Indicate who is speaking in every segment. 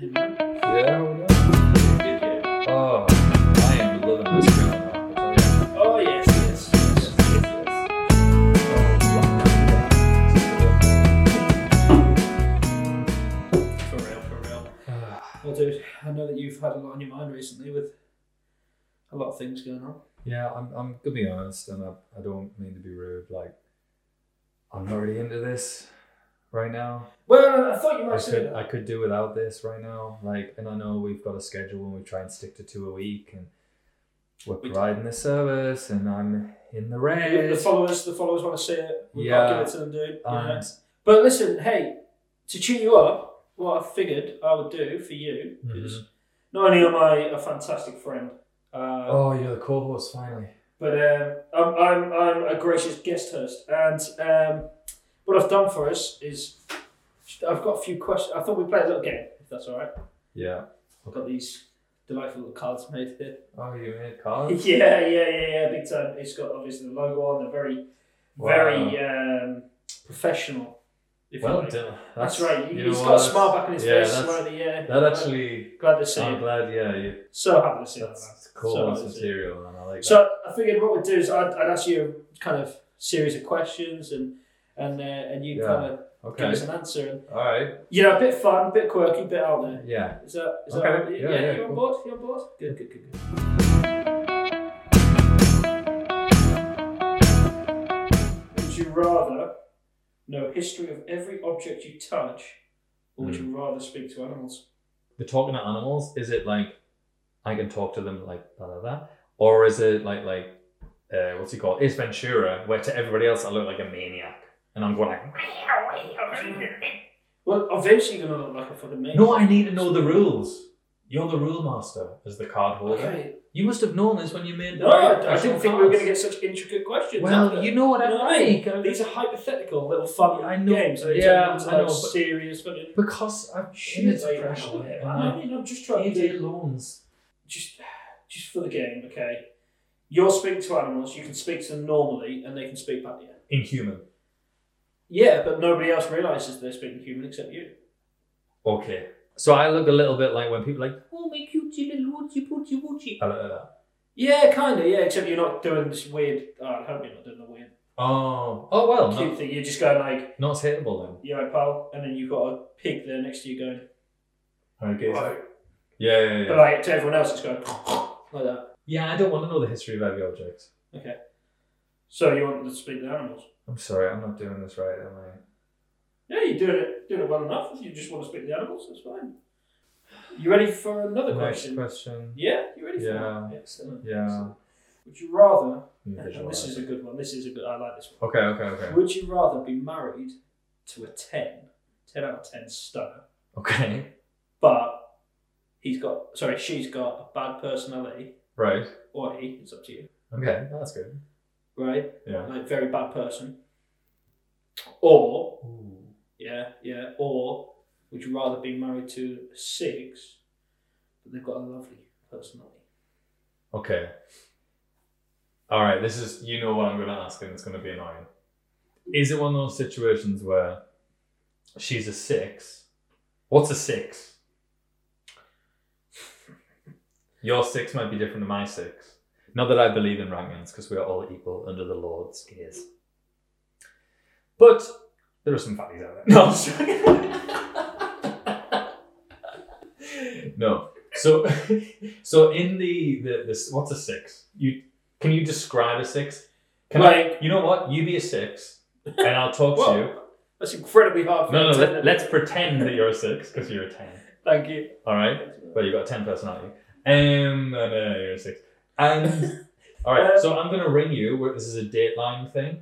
Speaker 1: Yeah. we got it. Oh, I am loving this right now. I tell ya.
Speaker 2: Oh yes, yes, yes, yes, yes. For real, for real. Well, dude, I know that you've had a lot on your mind recently with a lot of things going on.
Speaker 1: Yeah, I'm, I'm gonna be honest, and I, I don't mean to be rude. Like, I'm not really into this right now.
Speaker 2: Well, I thought you
Speaker 1: I
Speaker 2: might say
Speaker 1: could
Speaker 2: that.
Speaker 1: I could do without this right now. Like, and I know we've got a schedule and we try and stick to two a week, and we're
Speaker 2: We do.
Speaker 1: providing the service, and I'm in the red.
Speaker 2: The followers, the followers want to see it. We've got
Speaker 1: Yeah.
Speaker 2: to
Speaker 1: Um,
Speaker 2: give it to them, dude. you know?
Speaker 1: And
Speaker 2: But listen, hey, to cheer you up, what I figured I would do for you
Speaker 1: Mm-hmm.
Speaker 2: is not only am I a fantastic friend, uh,
Speaker 1: oh, you're the co-host finally.
Speaker 2: but um, I'm, I'm, I'm a gracious guest host. And um, what I've done for us is I've got a few questions. I thought we'd play a little game, if that's all right.
Speaker 1: Yeah.
Speaker 2: I've got these delightful little cards made here.
Speaker 1: Oh, you made cards.
Speaker 2: yeah, yeah, yeah, yeah, big time. It's got obviously the logo on, they're very, very um, professional. if you
Speaker 1: well
Speaker 2: like.
Speaker 1: done.
Speaker 2: That's, right. He,
Speaker 1: uh, you
Speaker 2: has
Speaker 1: know
Speaker 2: got a
Speaker 1: what?
Speaker 2: smile back on his
Speaker 1: yeah,
Speaker 2: face.
Speaker 1: that's-
Speaker 2: That's, the, yeah.
Speaker 1: That actually,
Speaker 2: Glad to see
Speaker 1: I'm
Speaker 2: you.
Speaker 1: glad. Yeah, you,
Speaker 2: So happy to see you. man.
Speaker 1: that's cool.
Speaker 2: So
Speaker 1: that's
Speaker 2: happy to see you.
Speaker 1: material, man. I like that.
Speaker 2: So I figured what we'd do is I'd, I'd ask you a kind of series of questions and and uh, and you
Speaker 1: Yeah.
Speaker 2: kind of give
Speaker 1: Okay.
Speaker 2: us an answer. And,
Speaker 1: All right.
Speaker 2: you know, a bit fun, a bit quirky, a bit out there.
Speaker 1: Yeah.
Speaker 2: Is that is
Speaker 1: Okay.
Speaker 2: that
Speaker 1: Yeah, yeah,
Speaker 2: you on
Speaker 1: cool.
Speaker 2: board? You on board? Good, good, good, good. Would you rather know history of every object you touch, or would
Speaker 1: Hmm.
Speaker 2: you rather speak to animals?
Speaker 1: The talking to animals. Is it like I can talk to them like da da da, or is it like like uh, what's he called? Ace Ventura, where to everybody else I look like a maniac, and I'm going like.
Speaker 2: Well, eventually you're gonna look like a fucking mate.
Speaker 1: No, I need to know the rules. You're the rule master as the card holder.
Speaker 2: Okay.
Speaker 1: You must have known this when you made.
Speaker 2: No, I, I didn't think we were going to get such intricate questions.
Speaker 1: Well,
Speaker 2: after.
Speaker 1: you know what I
Speaker 2: You know what I uh, mean?
Speaker 1: like. I-
Speaker 2: These are hypothetical little fun
Speaker 1: I know-
Speaker 2: games. and they
Speaker 1: yeah,
Speaker 2: turn into,
Speaker 1: I
Speaker 2: like,
Speaker 1: know, but-
Speaker 2: serious fucking.
Speaker 1: Because I'm in a depression. and
Speaker 2: I
Speaker 1: I'm
Speaker 2: mean, I'm just trying to
Speaker 1: payday
Speaker 2: do,
Speaker 1: loans.
Speaker 2: just, just for the game, okay? You're speaking to animals. You can speak to them normally, and they can speak back to you.
Speaker 1: Inhuman.
Speaker 2: Yeah, but nobody else realizes they're speaking human except you.
Speaker 1: Okay. So I look a little bit like when people like,
Speaker 3: Oh, my cutie little woochie poochie woochie.
Speaker 1: I look like that.
Speaker 2: Yeah, kind of. Yeah, except you're not doing this weird. Oh, I hope you're not doing the weird
Speaker 1: oh, oh well,
Speaker 2: cute
Speaker 1: not,
Speaker 2: thing. You're just going like,
Speaker 1: not hateable
Speaker 2: "Yo, pal," and then you've got a pig there next to you going.
Speaker 1: then. Okay.
Speaker 2: "Right."
Speaker 1: Yeah, yeah,
Speaker 2: But
Speaker 1: yeah.
Speaker 2: like to everyone else, it's going like that.
Speaker 1: Yeah, I don't want to know the history of every object.
Speaker 2: Okay. So you want them to speak to animals?
Speaker 1: I'm sorry, I'm not doing this right, am I?
Speaker 2: Yeah, you're doing it doing it well enough. If you just want to speak to the animals, that's fine. You ready for another
Speaker 1: Next
Speaker 2: question?
Speaker 1: question.
Speaker 2: Yeah, you ready for
Speaker 1: Yeah.
Speaker 2: that? Excellent.
Speaker 1: Yeah.
Speaker 2: Excellent. Would you rather? and this is
Speaker 1: Okay,
Speaker 2: a good one. This is a good. I like this one.
Speaker 1: okay, okay.
Speaker 2: Would you rather be married to a 10, 10 out of ten stunner,
Speaker 1: Okay.
Speaker 2: but he's got sorry, she's got a bad personality,
Speaker 1: Right.
Speaker 2: or he? It's up to you,
Speaker 1: Okay, that's good.
Speaker 2: right?
Speaker 1: Yeah.
Speaker 2: Like very bad person, or
Speaker 1: Ooh.
Speaker 2: Yeah, yeah. Or would you rather be married to six, but they've got a lovely personality?
Speaker 1: Okay. All right, this is you know what I'm going to ask, and it's going to be annoying. Is it one of those situations where she's a six? What's a six? Your six might be different to my six. Not that I believe in rankings, because we are all equal under the Lord's gaze. But there are some fatties out there. No, I'm just joking. no. So, so in the the this what's a six? You can you describe a six? Can
Speaker 2: like,
Speaker 1: I? You know what? You be a six, and I'll talk to
Speaker 2: Whoa.
Speaker 1: you.
Speaker 2: that's incredibly hard. For
Speaker 1: No,
Speaker 2: me
Speaker 1: no.
Speaker 2: to
Speaker 1: Let,
Speaker 2: tell
Speaker 1: let's
Speaker 2: them.
Speaker 1: pretend that you're a six because you're a ten.
Speaker 2: Thank you.
Speaker 1: All right. Well, you've got a ten personality. Um, no, no, no, you're a six. And all right, so I'm gonna ring you. Where this is a Dateline thing,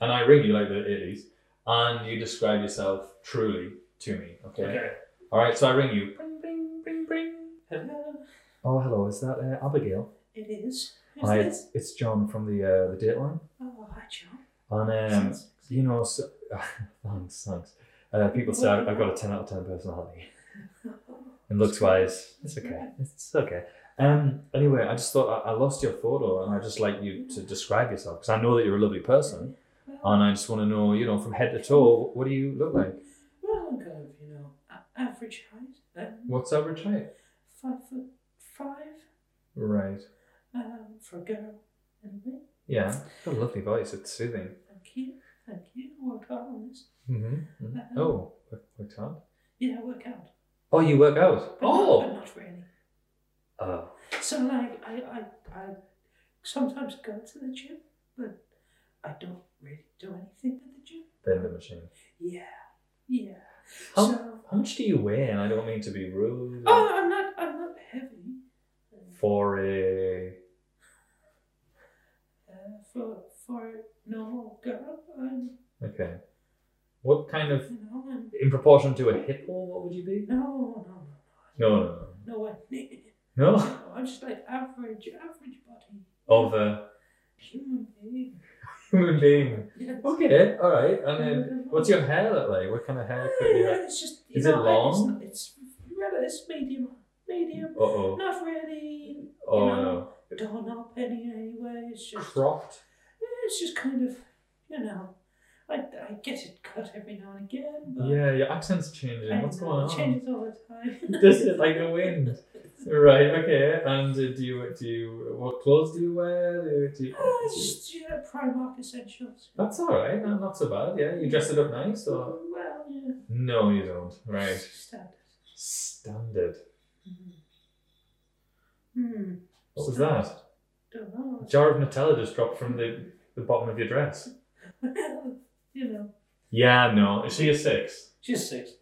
Speaker 1: and I ring you like the eighties, and you describe yourself truly to me. Okay.
Speaker 2: Okay.
Speaker 1: All right. So I ring you. Bring, bring, bring, bring.
Speaker 2: Hello,
Speaker 1: Oh, hello. Is that uh, Abigail?
Speaker 2: it is. Who's
Speaker 1: Hi,
Speaker 2: this?
Speaker 1: it's, it's John from the uh, the Dateline.
Speaker 2: Oh, hi, John.
Speaker 1: And um, you know, so, thanks, thanks. Uh, people say I've I've got a ten out of ten personality. And looks wise, it's okay. It's okay. Um. Anyway, I just thought I, I lost your photo, and I just like you to describe yourself because I know that you're a lovely person, and I just want to know, you know, from head to toe, what do you look like?
Speaker 2: Well, I'm kind of, you know, a- average height. Um,
Speaker 1: What's average height?
Speaker 2: five foot five
Speaker 1: Right.
Speaker 2: um, for a girl. Anyway,
Speaker 1: Yeah. Got a lovely voice. It's soothing.
Speaker 2: thank you. Thank you. Work hard on this.
Speaker 1: Mm-hmm. Oh, work- worked hard.
Speaker 2: Yeah, work out.
Speaker 1: Oh, you work out.
Speaker 2: But
Speaker 1: Oh.
Speaker 2: Not, but not really.
Speaker 1: Oh.
Speaker 2: So like I, I I sometimes go to the gym, but I don't really do anything at the gym.
Speaker 1: Then the machine.
Speaker 2: Yeah. Yeah.
Speaker 1: How-
Speaker 2: So
Speaker 1: How much do you weigh? And I don't mean to be rude. or-
Speaker 2: Oh I'm not I'm not heavy.
Speaker 1: For a
Speaker 2: Uh, for for a normal girl, I'm
Speaker 1: okay. What kind of
Speaker 2: you know, I'm
Speaker 1: in proportion to a hippo? What would you be?
Speaker 2: no no no
Speaker 1: No, no,
Speaker 2: no one
Speaker 1: no.
Speaker 2: no,
Speaker 1: No.
Speaker 2: I'm just like average average body.
Speaker 1: Of uh, a
Speaker 2: human being.
Speaker 1: human being.
Speaker 2: Yeah.
Speaker 1: Okay, all right. And then, what's your hair look like? What kind of hair cut you have?
Speaker 2: Yeah, it's just you
Speaker 1: Is it
Speaker 2: know, I-
Speaker 1: long?
Speaker 2: It's, it's rel- it's medium medium.
Speaker 1: Uh oh.
Speaker 2: Not really
Speaker 1: Oh
Speaker 2: You
Speaker 1: no.
Speaker 2: know, done up any anyway. It's just
Speaker 1: Cropped.
Speaker 2: it's just kind of you know, I, I get it cut every now and again, but
Speaker 1: Yeah, your accent's
Speaker 2: I
Speaker 1: changing. What's
Speaker 2: know,
Speaker 1: going
Speaker 2: it
Speaker 1: on?
Speaker 2: Changes all the time.
Speaker 1: This is like the wind. Right. Okay. And uh, do you do you what clothes do you wear? Do you, do you,
Speaker 2: Ah, it's just you know, Primark essentials. Oh,
Speaker 1: that's all right. No, not so bad. Yeah, you dress it up nice. Or
Speaker 2: well, yeah,
Speaker 1: no, you don't. Right.
Speaker 2: standard. Mm-hmm.
Speaker 1: Standard.
Speaker 2: Hmm.
Speaker 1: What was that?
Speaker 2: Don't know.
Speaker 1: A jar of Nutella just dropped from the, the bottom of your dress.
Speaker 2: you know,
Speaker 1: Yeah, no. Is she a six?
Speaker 2: she's six.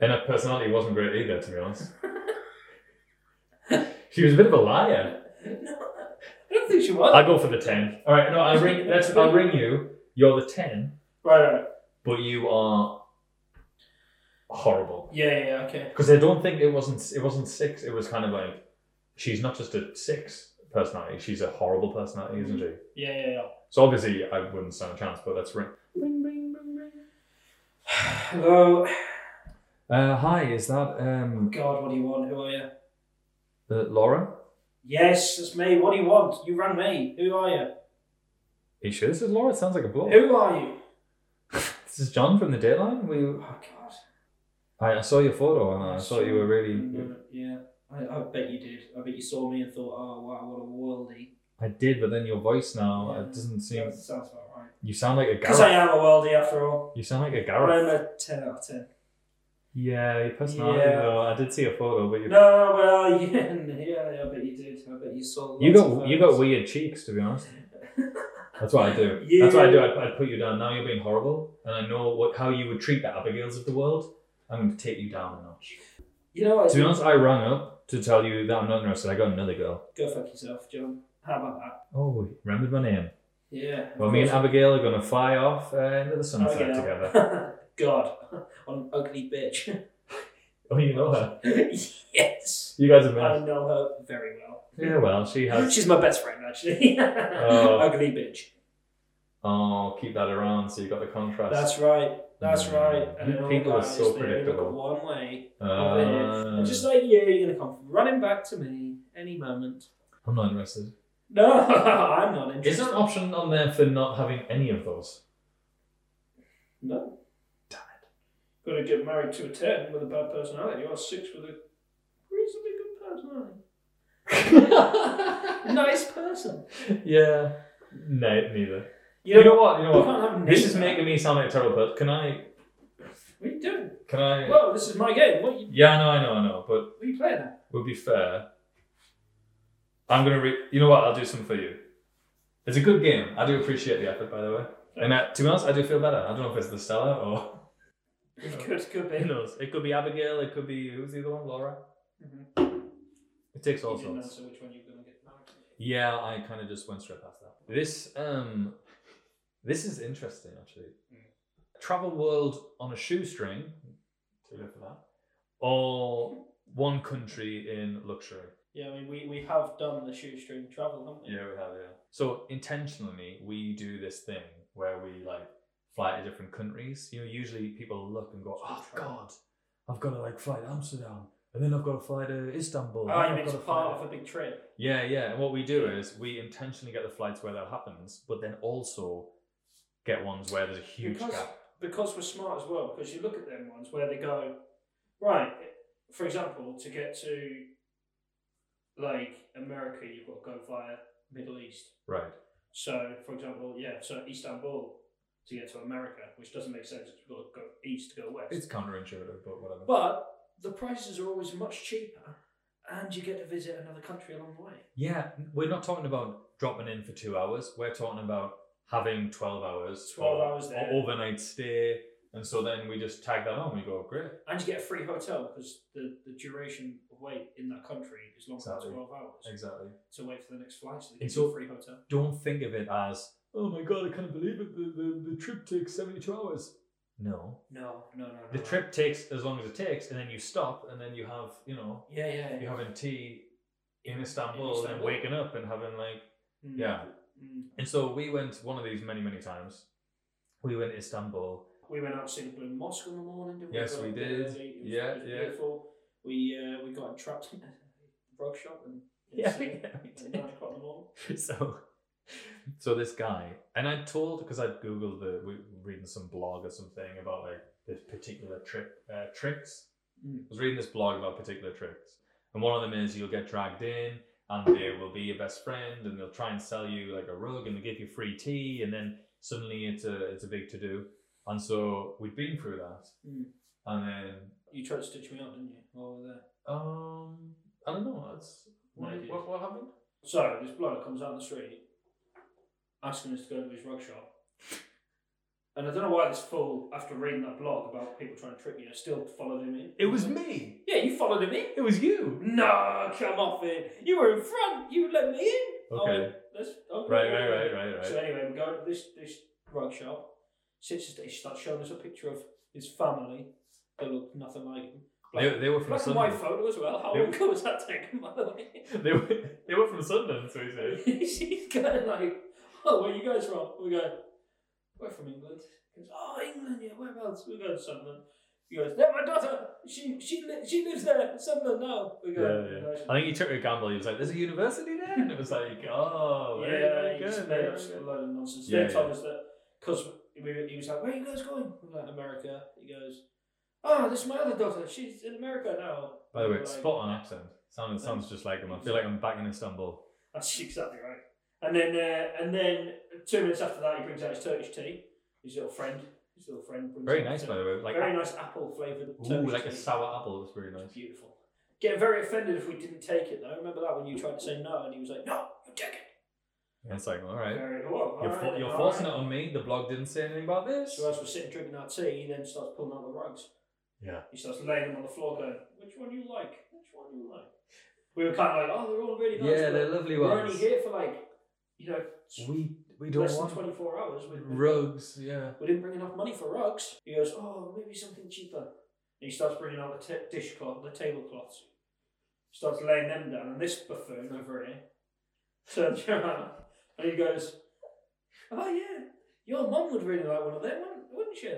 Speaker 1: And her personality wasn't great either, to be honest. she was a bit of a liar.
Speaker 2: No, I don't think she was.
Speaker 1: I go for the ten. All right, no, I'll ring. That's I'll ring you. You're the ten,
Speaker 2: right, right.
Speaker 1: but you are horrible
Speaker 2: Yeah, yeah, okay.
Speaker 1: because I don't think it wasn't. It wasn't six. It was kind of like she's not just a six personality. She's a horrible personality, isn't she?
Speaker 2: Yeah, yeah, yeah.
Speaker 1: So obviously, I wouldn't stand a chance. But let's ring.
Speaker 2: Hello.
Speaker 1: Uh, hi, is that
Speaker 2: Oh
Speaker 1: um,
Speaker 2: God, what do you want? Who are you?
Speaker 1: uh, Laura?
Speaker 2: Yes, that's me. What do you want? You rang me. Who are you?
Speaker 1: Are you sure this is Laura? It sounds like a bloke.
Speaker 2: Who are you?
Speaker 1: This is John from the Dateline. We
Speaker 2: Oh God.
Speaker 1: I, I saw your photo and Oh, I thought you were really.
Speaker 2: Mm, Yeah, I, I bet you did. I bet you saw me and thought, oh wow, what a worldie.
Speaker 1: I did, but then your voice now
Speaker 2: Yeah.
Speaker 1: it doesn't seem.
Speaker 2: That sounds about right.
Speaker 1: You sound like a
Speaker 2: Because I
Speaker 1: Gareth.
Speaker 2: am a worldie after all.
Speaker 1: You sound like a
Speaker 2: I'm
Speaker 1: Gareth.
Speaker 2: a ten out of ten.
Speaker 1: Yeah, your personality
Speaker 2: Yeah.
Speaker 1: though. I did see a photo, but you
Speaker 2: No, well, yeah, yeah, I bet you did. I bet you saw.
Speaker 1: you
Speaker 2: lots
Speaker 1: got
Speaker 2: of
Speaker 1: you got
Speaker 2: photos.
Speaker 1: weird cheeks, to be honest. That's what I do. That's what I do.
Speaker 2: Yeah.
Speaker 1: I'd, I'd put you down. Now you're being horrible, and I know what how you would treat the Abigails of the world. I'm going to take you down a notch.
Speaker 2: You know, what?
Speaker 1: To be honest, I rang up to tell you that I'm not interested. I got another girl.
Speaker 2: go fuck yourself, John. How about that?
Speaker 1: Oh, he remembered my name.
Speaker 2: Yeah.
Speaker 1: Well, me and Abigail are going to fly off uh, into the sunset
Speaker 2: Okay.
Speaker 1: together.
Speaker 2: God, what an ugly bitch.
Speaker 1: Oh, you know her.
Speaker 2: yes,
Speaker 1: You guys have met.
Speaker 2: I
Speaker 1: her.
Speaker 2: Uh, know her very well.
Speaker 1: Yeah, well, she has.
Speaker 2: She's my best friend, actually.
Speaker 1: Oh.
Speaker 2: Ugly bitch.
Speaker 1: Oh, keep that around so you got the contrast.
Speaker 2: That's right. That's
Speaker 1: Mm.
Speaker 2: right. And
Speaker 1: You
Speaker 2: then all
Speaker 1: people are
Speaker 2: guys,
Speaker 1: so
Speaker 2: they only Look at
Speaker 1: predictable.
Speaker 2: one way. of it.
Speaker 1: Uh,
Speaker 2: And just like you, you're gonna come running back to me any moment.
Speaker 1: I'm not interested.
Speaker 2: No, I'm not
Speaker 1: Is there
Speaker 2: interested.
Speaker 1: an option on there for not having any of those?
Speaker 2: No.
Speaker 1: Damn
Speaker 2: Gonna get married to a ten with a bad personality, or six with a reasonably good personality. nice person.
Speaker 1: it. yeah. No, neither.
Speaker 2: You
Speaker 1: You
Speaker 2: know,
Speaker 1: know, what? You know
Speaker 2: you
Speaker 1: what?
Speaker 2: can't have
Speaker 1: This
Speaker 2: neither.
Speaker 1: is making me sound like a terrible person. Can I?
Speaker 2: What are you doing?
Speaker 1: Can I?
Speaker 2: Well, this is my game. What are you,
Speaker 1: Yeah, no, I know, I know. But
Speaker 2: what are you playing at?
Speaker 1: we'll be fair. I'm gonna. Re- you know what? I'll do some for you. It's a good game. I do appreciate the effort, by the way. And uh, to be honest, I do feel better. I don't know if it's the Stella or
Speaker 2: Could, could
Speaker 1: who
Speaker 2: be.
Speaker 1: knows. It could be Abigail. It could be who's the other one? Laura.
Speaker 2: Mhm.
Speaker 1: It takes
Speaker 2: You
Speaker 1: all
Speaker 2: didn't
Speaker 1: sorts.
Speaker 2: answer which one you're gonna get married to.
Speaker 1: Yeah, I kind of just went straight past that. This um, this is interesting actually. Travel world on a shoestring. Too good for that. Or one country in luxury.
Speaker 2: Yeah, I mean, we, we have done the shoestring travel, haven't we?
Speaker 1: we have. Yeah. So intentionally, we do this thing where we like fly to different countries. You know, usually people look and go, "Oh God, I've got to like fly to Amsterdam, and then I've got to fly to Istanbul." and
Speaker 2: Ah,
Speaker 1: then
Speaker 2: you
Speaker 1: I've
Speaker 2: mean it's
Speaker 1: gotta fly
Speaker 2: part
Speaker 1: to-"
Speaker 2: of a big trip?
Speaker 1: Yeah, yeah. And what we do is we intentionally get the flights where that happens, but then also get ones where there's a huge
Speaker 2: Because-
Speaker 1: gap.
Speaker 2: Because we're smart as well, because you look at them ones where they go, Right. For example, to get to like America, you've got to go via Middle East.
Speaker 1: Right.
Speaker 2: So, for example, yeah, so Istanbul to get to America, which doesn't make sense. You've got to go east to go west.
Speaker 1: It's counterintuitive, but whatever.
Speaker 2: but the prices are always much cheaper, and you get to visit another country along the way.
Speaker 1: yeah, we're not talking about dropping in for two hours. We're talking about having 12 hours.
Speaker 2: 12
Speaker 1: or-
Speaker 2: hours there.
Speaker 1: Or overnight stay. And so then we just tag that on. We go, great.
Speaker 2: And you get a free hotel because the, the duration of wait in that country is longer
Speaker 1: Exactly.
Speaker 2: than 12 hours
Speaker 1: Exactly.
Speaker 2: to wait for the next flight. So they
Speaker 1: And
Speaker 2: get
Speaker 1: so-
Speaker 2: a free hotel.
Speaker 1: Don't think of it as, oh my God, I can't believe it. The, the, the trip takes 72 hours. No.
Speaker 2: No, no, no, no.
Speaker 1: The
Speaker 2: no.
Speaker 1: trip takes as long as it takes, and then you stop, and then you have, you know,
Speaker 2: Yeah, yeah.
Speaker 1: you're
Speaker 2: yeah.
Speaker 1: having tea in Istanbul, and
Speaker 2: Istanbul.
Speaker 1: waking up and having like
Speaker 2: Mm,
Speaker 1: yeah.
Speaker 2: mm.
Speaker 1: And so we went one of these many many times. We went to Istanbul.
Speaker 2: We went out to Singapore Mosque in the morning, didn't we?
Speaker 1: Yes,
Speaker 2: Got
Speaker 1: we
Speaker 2: up
Speaker 1: did.
Speaker 2: early. It was,
Speaker 1: Yeah,
Speaker 2: it was
Speaker 1: yeah.
Speaker 2: beautiful. We, uh, we got trapped in a rug shop and
Speaker 1: we
Speaker 2: at 9 o'clock in the morning.
Speaker 1: so so this guy and I told because I'd googled the we were reading some blog or something about like this particular trick uh, tricks.
Speaker 2: Mm.
Speaker 1: I was reading this blog about particular tricks, and one of them is you'll get dragged in, and they will be your best friend, and they'll try and sell you like a rug, and they give you free tea, and then suddenly it's a it's a big to do, and so we'd been through that,
Speaker 2: Mm.
Speaker 1: and then
Speaker 2: You tried to stitch me up, didn't you? While we were there.
Speaker 1: um I don't know that's
Speaker 2: No
Speaker 1: what,
Speaker 2: idea.
Speaker 1: what, what happened.
Speaker 2: So this bloke comes out on the street, asking us to go to his rug shop. And I don't know why this fool, after reading that blog about people trying to trick you, still followed him in.
Speaker 1: It was me.
Speaker 2: Yeah, you followed him in.
Speaker 1: It was you.
Speaker 2: No, come off it. You were in front. You let me in. I
Speaker 1: Okay.
Speaker 2: went, Let's, okay.
Speaker 1: Right, right, right, right, right.
Speaker 2: So anyway, we go to this this rug shop. Sits us down, he starts showing us a picture of his family. They look nothing like him.
Speaker 1: They,
Speaker 2: Black,
Speaker 1: they were from
Speaker 2: black and white
Speaker 1: Sunderland.
Speaker 2: photo as well. How
Speaker 1: They-
Speaker 2: long ago was that taken, by the way?
Speaker 1: They were, they were from Sunderland, so he said.
Speaker 2: She's going like, oh, where you guys from? We go, we're from England. He goes, oh, England, yeah, whereabouts? We go to Sunderland. He goes, no, my daughter, she she li- she lives there, in Sunderland now. We go,
Speaker 1: Yeah,
Speaker 2: "No,
Speaker 1: yeah.
Speaker 2: she-
Speaker 1: I think he took a gamble. He was like, "There's a university there," and it was like, "Oh, very, very
Speaker 2: he just
Speaker 1: good,
Speaker 2: made
Speaker 1: very
Speaker 2: up a
Speaker 1: good."
Speaker 2: load of nonsense.
Speaker 1: Yeah,
Speaker 2: they told us that because he was like, "Where are you guys going?" We we're like, "America." He goes, "Oh, this is my other daughter. She's in America now."
Speaker 1: By the way,
Speaker 2: We're
Speaker 1: it's
Speaker 2: like,
Speaker 1: spot on accent. Sounds sounds just like him. I feel like I'm back in Istanbul.
Speaker 2: That's exactly right. And then, uh, and then two minutes after that, he brings out his Turkish tea. His little friend, his little friend. Brings
Speaker 1: Very
Speaker 2: out
Speaker 1: nice,
Speaker 2: a
Speaker 1: by the way. Like,
Speaker 2: very nice apple flavored.
Speaker 1: ooh, like a sour apple. It was very
Speaker 2: It's
Speaker 1: nice.
Speaker 2: beautiful. Getting very offended if we didn't take it though. Remember that when you tried to say no and he was like, "No, you take it."
Speaker 1: And it's like, all right,
Speaker 2: Very, oh,
Speaker 1: you're,
Speaker 2: all
Speaker 1: fo-
Speaker 2: right,
Speaker 1: you're
Speaker 2: all
Speaker 1: forcing
Speaker 2: right.
Speaker 1: it on me. The blog didn't say anything about this.
Speaker 2: So as we're sitting drinking our tea, he then starts pulling out the rugs.
Speaker 1: Yeah.
Speaker 2: He starts laying them on the floor, going, "Which one you like? Which one you like?" We were kind of like, "Oh, they're all really nice."
Speaker 1: Yeah,
Speaker 2: but
Speaker 1: they're lovely
Speaker 2: We're only
Speaker 1: ones.
Speaker 2: here for like, you know,
Speaker 1: We we don't
Speaker 2: less than
Speaker 1: want
Speaker 2: twenty four hours. We,
Speaker 1: rugs. Yeah.
Speaker 2: we didn't bring enough money for rugs. He goes, "Oh, maybe something cheaper." And he starts bringing out the t- dishcloth, the tablecloths. Starts laying them down, and this buffoon over here turns around and he goes, "Oh yeah, your mum would really like one of them, wouldn't- wouldn't she?"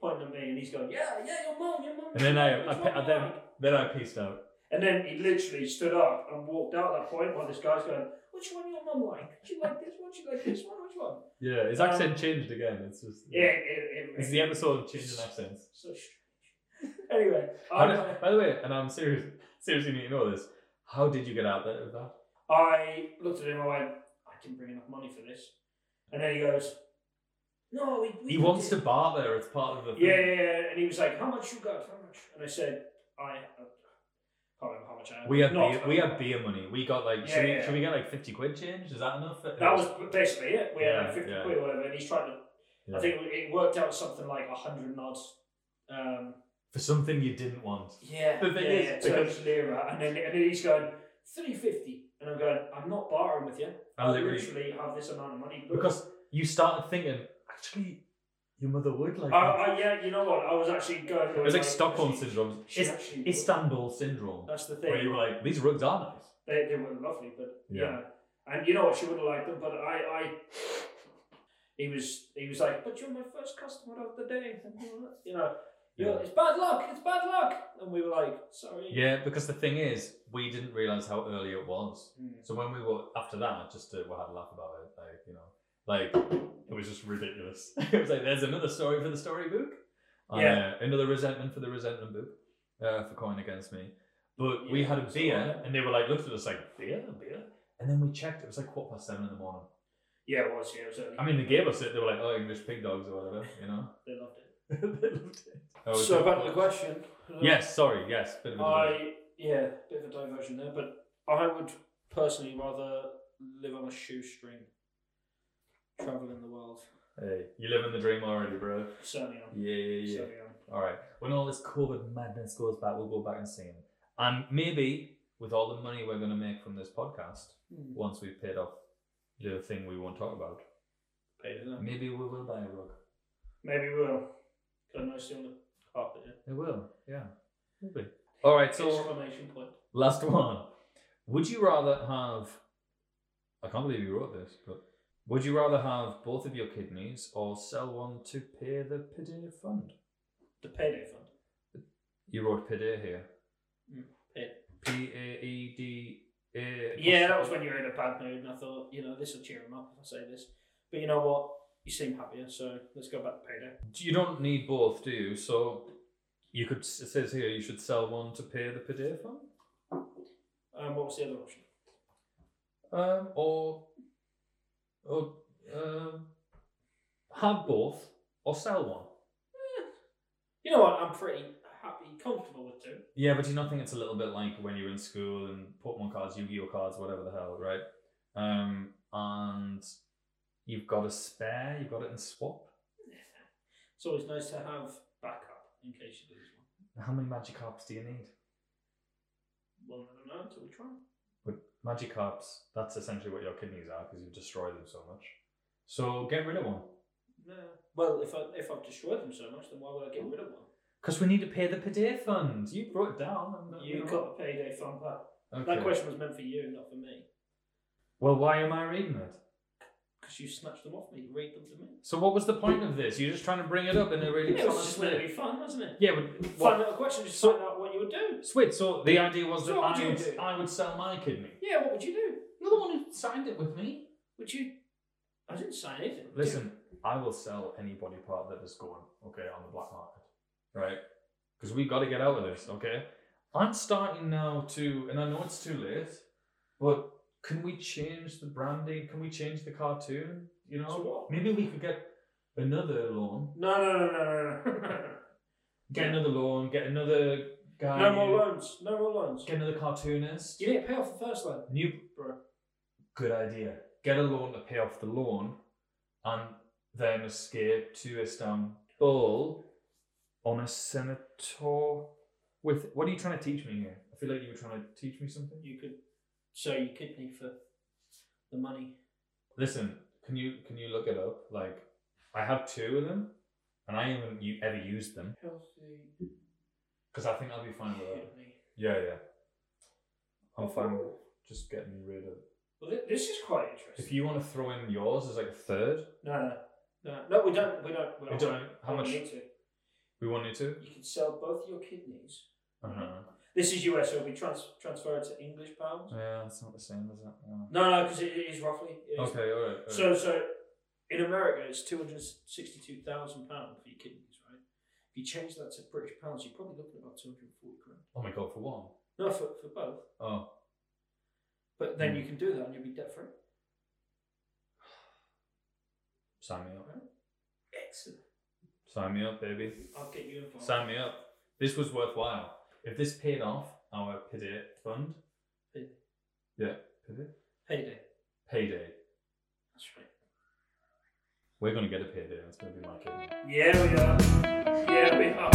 Speaker 2: Pointing at me, and he's going, "Yeah, yeah, your mum, your mum."
Speaker 1: And then I, I,
Speaker 2: Which
Speaker 1: pe-
Speaker 2: one
Speaker 1: I
Speaker 2: you
Speaker 1: then
Speaker 2: like?"
Speaker 1: then I pieced out.
Speaker 2: And then he literally stood up and walked out at that point while this guy's going, "Which one your mum like? She like this one? She like this one? Which one?"
Speaker 1: Yeah, his
Speaker 2: Um,
Speaker 1: accent changed again. It's just
Speaker 2: Yeah, it, it,
Speaker 1: It's the episode of changing accents.
Speaker 2: So strange. Anyway,
Speaker 1: How did-
Speaker 2: I,
Speaker 1: by the way, and I'm serious, seriously need to know this. How did you get out there of that?
Speaker 2: I looked at him and went, I didn't bring enough money for this. And then he goes, No, we. we
Speaker 1: He wants to
Speaker 2: did-
Speaker 1: bar there. It's part of the
Speaker 2: Yeah,
Speaker 1: thing.
Speaker 2: yeah, yeah. And he was like, How much you got? How much? And I said, I. I can't remember how much I had.
Speaker 1: We had
Speaker 2: Not-
Speaker 1: beer, we had beer money. We got like
Speaker 2: Yeah,
Speaker 1: should, we,
Speaker 2: yeah.
Speaker 1: should we get like fifty quid change? Is that enough?
Speaker 2: That was basically it. We had
Speaker 1: Yeah,
Speaker 2: like 50
Speaker 1: yeah.
Speaker 2: quid or whatever. And he's trying to.
Speaker 1: Yeah.
Speaker 2: I think it worked out something like 100 and odds. Um,
Speaker 1: for something you didn't want.
Speaker 2: Yeah.
Speaker 1: The thing
Speaker 2: yeah,
Speaker 1: is,
Speaker 2: yeah,
Speaker 1: because-
Speaker 2: Turkish lira, and then and then he's going three fifty, and I'm going, I'm not bartering with you.
Speaker 1: I literally-
Speaker 2: have this amount of money Look,
Speaker 1: Because you started thinking, actually your mother would like
Speaker 2: I,
Speaker 1: that.
Speaker 2: I, yeah, you know what? I was actually going.
Speaker 1: It was like Stockholm syndrome.
Speaker 2: She
Speaker 1: Is-
Speaker 2: actually-
Speaker 1: Istanbul syndrome.
Speaker 2: That's the
Speaker 1: Where
Speaker 2: thing.
Speaker 1: you were like, these rugs are nice.
Speaker 2: They, they were lovely, but
Speaker 1: Yeah.
Speaker 2: yeah. And you know what? She would have liked them, but I, I. He was, he was like, but you're my first customer of the day, and all that, you know.
Speaker 1: Yeah.
Speaker 2: you're- It's bad luck. It's bad luck, and we were like, sorry.
Speaker 1: Yeah, because the thing is, we didn't realise how early it was.
Speaker 2: Mm.
Speaker 1: So when we were after that, just to, we had a laugh about it, like you know, like it was just ridiculous. it was like there's another story for the storybook, uh,
Speaker 2: Yeah.
Speaker 1: another resentment for the resentment book. uh, for calling against me. But we had a beer, and they were like looked at us like beer, beer, and then we checked. It was like quarter past seven in the morning.
Speaker 2: Yeah, it was. Yeah, it was only.
Speaker 1: I mean, they gave us it. They were like, "Oh, English pig dogs or whatever," you know.
Speaker 2: they loved it.
Speaker 1: they loved it. Oh, it was
Speaker 2: so
Speaker 1: like-
Speaker 2: back to the question.
Speaker 1: Yes, sorry. Yes, bit of a diversion.
Speaker 2: I yeah, bit of a diversion there, but I would personally rather live on a shoestring, travel in the world.
Speaker 1: Hey, you live in the dream already, bro.
Speaker 2: Certainly am.
Speaker 1: Yeah, yeah, yeah.
Speaker 2: Certainly am.
Speaker 1: All right. When all this COVID madness goes back, we'll go back and see him. And maybe with all the money we're going to make from this podcast,
Speaker 2: Hmm.
Speaker 1: once we've paid off the thing we won't talk about,
Speaker 2: Paid it up.
Speaker 1: maybe we will buy a rug.
Speaker 2: Maybe we will. Got mostly on the carpet. Yeah.
Speaker 1: It will, yeah. Maybe. All right. So
Speaker 2: Exclamation point.
Speaker 1: last one. Would you rather have? I can't believe you wrote this, but would you rather have both of your kidneys or sell one to pay the payday fund?
Speaker 2: The payday fund.
Speaker 1: You wrote payday here.
Speaker 2: Mm, pay-
Speaker 1: P A E D A.
Speaker 2: Yeah, that was when you were in a bad mood, and I thought, you know, this will cheer him up if I say this. But you know what? You seem happier, so let's go back to payday.
Speaker 1: You don't need both, do you? So you could it says here you should sell one to pay the payday fund,
Speaker 2: Um, what was the other option?
Speaker 1: um, or or um, have both or sell one.
Speaker 2: You know what? I'm pretty happy, comfortable with two.
Speaker 1: Yeah, but do you not think it's a little bit like when you're in school and Pokemon cards, Yu-Gi-Oh cards, whatever the hell, right? Um, and you've got a spare, you've got it in swap.
Speaker 2: It's always nice to have backup in case you lose one.
Speaker 1: How many Magikarps do you need?
Speaker 2: Well, I don't know until we try.
Speaker 1: But Magikarps, that's essentially what your kidneys are because you've destroyed them so much. So get rid of one.
Speaker 2: No. Well, if I if I've destroyed them so much, then why would I get rid of one?
Speaker 1: Because we need to pay the Payday Fund. You brought it down. I'm not-
Speaker 2: You
Speaker 1: know.
Speaker 2: got a payday fund pack.
Speaker 1: Okay.
Speaker 2: That question was meant for you, not for me,
Speaker 1: Well, why am I reading it?
Speaker 2: because you snatched them off me. You read them to me.
Speaker 1: So what was the point of this? You're just trying to bring it up in a really
Speaker 2: It was
Speaker 1: colourful
Speaker 2: just
Speaker 1: way.
Speaker 2: meant to be fun, wasn't it?
Speaker 1: Yeah, but
Speaker 2: Fun
Speaker 1: what?
Speaker 2: little question. Just
Speaker 1: So-
Speaker 2: find out what you would do.
Speaker 1: Switch. So the idea was that
Speaker 2: So what
Speaker 1: I
Speaker 2: would you
Speaker 1: would,
Speaker 2: do?
Speaker 1: I would sell my kidney.
Speaker 2: Yeah, what would you do?
Speaker 1: You're the one who signed it with me.
Speaker 2: Would you? I didn't sign anything.
Speaker 1: Listen, I will sell any body part that is gone, okay, on the black market, right? Because we've got to get out of this, okay? I'm starting now to, and I know it's too late, but can we change the branding? Can we change the cartoon? You know,
Speaker 2: To what?
Speaker 1: maybe we could get another loan,
Speaker 2: No, no, no, no, no,
Speaker 1: get another loan, get another guy,
Speaker 2: no. no more loans. No more loans.
Speaker 1: get another cartoonist.
Speaker 2: You didn't pay off the first loan,
Speaker 1: New
Speaker 2: bro.
Speaker 1: good idea. Get a loan to pay off the loan and then escape to Istanbul on a senator with what are you trying to teach me here? I feel like you were trying to teach me something.
Speaker 2: You could sell your kidney for the money.
Speaker 1: Listen, can you can you look it up? Like I have two of them and I haven't you ever used them
Speaker 2: Healthy
Speaker 1: because I think I'll be fine with that.
Speaker 2: kidney.
Speaker 1: Yeah, yeah. I'm fine with just getting rid of
Speaker 2: Well, thi- this is quite interesting.
Speaker 1: If you want to throw in yours as like a third,
Speaker 2: No, no, no, no. We don't. We don't. We
Speaker 1: We
Speaker 2: don't.
Speaker 1: don't- how
Speaker 2: we
Speaker 1: much-
Speaker 2: Need to.
Speaker 1: we want you to.
Speaker 2: You can sell both your kidneys.
Speaker 1: Uh-huh.
Speaker 2: This is US, so it'll be trans- transferred to English pounds.
Speaker 1: Yeah, it's not the same, is it? Yeah.
Speaker 2: No, no, because it, it is roughly. It is.
Speaker 1: Okay, all right. all right.
Speaker 2: So, so in America, it's two hundred sixty-two thousand pound for your kidneys, right? If you change that to British pounds, you're probably looking at about two hundred forty grand.
Speaker 1: oh my god, for one.
Speaker 2: No, for, for both.
Speaker 1: Oh,
Speaker 2: But
Speaker 1: Hmm.
Speaker 2: then you can do that, and you'll be debt free.
Speaker 1: sign me up.
Speaker 2: Excellent.
Speaker 1: Sign me up, baby.
Speaker 2: I'll get you involved.
Speaker 1: Sign me up. This was worthwhile. If this paid off our payday fund,
Speaker 2: Payday.
Speaker 1: yeah, payday,
Speaker 2: Payday.
Speaker 1: payday.
Speaker 2: That's right.
Speaker 1: We're gonna get a payday. It's gonna be my kid.
Speaker 2: Yeah, we are. Yeah, we are.